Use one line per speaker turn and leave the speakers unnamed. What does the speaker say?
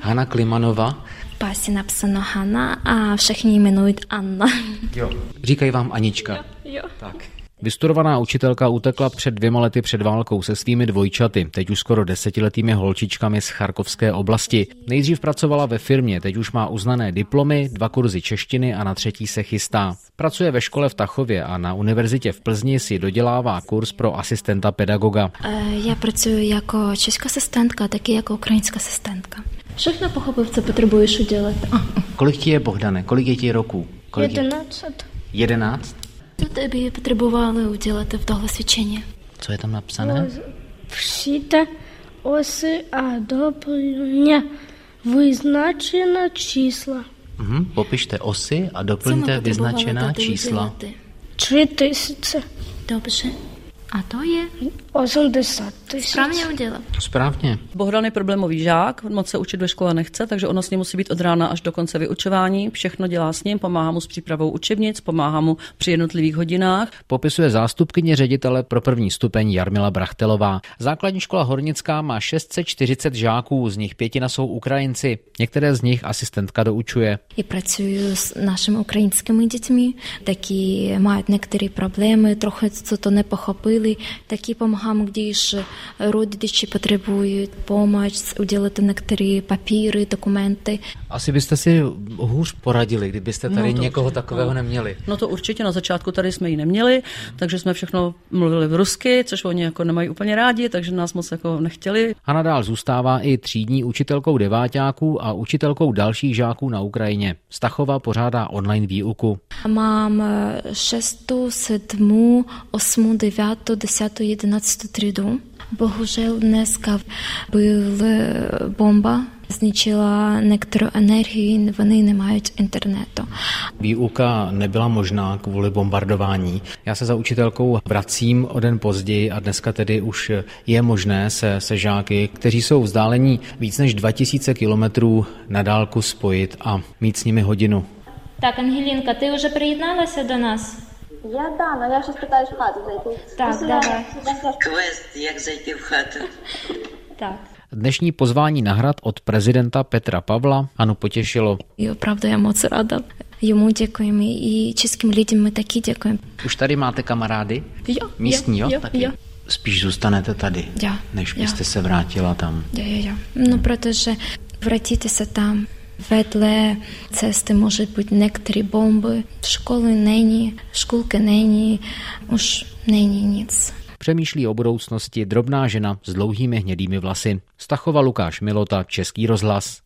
Hanna Klimanová.
Пасі написано Ганна, а в шахні іменують Анна.
Jo. Říkají vám Anička.
Йо.
Vystudovaná učitelka utekla před dvěma lety před válkou se svými dvojčaty, teď už skoro desetiletými holčičkami z charkovské oblasti. Nejdřív pracovala ve firmě, teď už má uznané diplomy, dva kurzy češtiny a na třetí se chystá. Pracuje ve škole v Tachově a na univerzitě v Plzni si dodělává kurz pro asistenta pedagoga.
Е, Я працюю як чеська асистентка, так і як українська асистентка. Шеф не похопив це, потребує що ділати. А.
Kolik ti je, Bohdane? Kolik je ti roků? Kolik je?
11.
Jedenáct?
Ну, тобі потребували уділити вдовосвідчення.
Co je tam
No,
napsané?
Всіте оси, а доповнення визначено числа.
Mhm. Popište osy a
Це ми
doplňte
потребували
vyznačená
дати
čísla.
уділити.
3000,
Dobře. A to je
80 тисяч.
správně udělal.
Správně.
Bohdan je problémový žák, moc se učit ve škole nechce, takže ono s ním musí být od rána až do konce vyučování. Všechno dělá s ním, pomáhá mu s přípravou učebnic, pomáhá mu při jednotlivých hodinách.
Popisuje zástupkyně ředitele pro první stupeň Jarmila Brachtelová. Základní škola Hornická má 640 žáků, z nich pětina jsou Ukrajinci. Některé z nich asistentka doučuje.
І працюю з нашими українськими дітьми, такі мають некоторі проблеми, трохи це то не похопили. Такі помагаємо, де ж е, родичі потребують помач, уділити некоторі папіри, документи.
Asi byste si hůř poradili, kdybyste tady
No,
no,
to
někoho
určitě,
takového
no.
neměli.
No to určitě na začátku tady jsme ji neměli, takže jsme všechno mluvili v rusky, což oni jako nemají úplně rádi, takže nás moc jako nechtěli.
Hana dál zůstává i třídní učitelkou devátáků a učitelkou dalších žáků na Ukrajině. Stachova pořádá online výuku.
Мам е, шесту, седму, осму, дев'яту, десяту, єдинадцяту тріду. Богужел Неска була е, бомба, знічила некотору енергію, і вони не мають інтернету.
Výuka nebyla možná kvůli bombardování. Já se za učitelkou vracím o den později a dneska tedy už je možné se, se žáky, kteří jsou vzdálení víc než 2000 kilometrů na dálku spojit a mít s nimi hodinu.
Так, Ангелінка, ти вже приєдналася до нас?
Я да, но я щось питаюсь в хату зайти. Ну,
Так, давай.
Квест, як зайти в хату.
Так.
Dnešní pozvání na hrad od prezidenta Petra Pavla Hanu potěšilo.
І правда, я моц рада. Йому дякуємо і чеським людям ми такі дякуємо.
Už tady máte kamarády?
Jo,
Místní, jo?
jo,
Taky?
jo.
Spíš zůstanete tady,
Jo,
než
jo.
byste se vrátila tam.
Я, я, я. Ну, протеже вратитися там. Ведле цести можуть бути некоторі бомби. Школи нені, шкулки нені, уж нені ніц.
Přemýšlí o budoucnosti drobná žena s dlouhými hnědými vlasy. Stachova Lukáš Milota, Český rozhlas.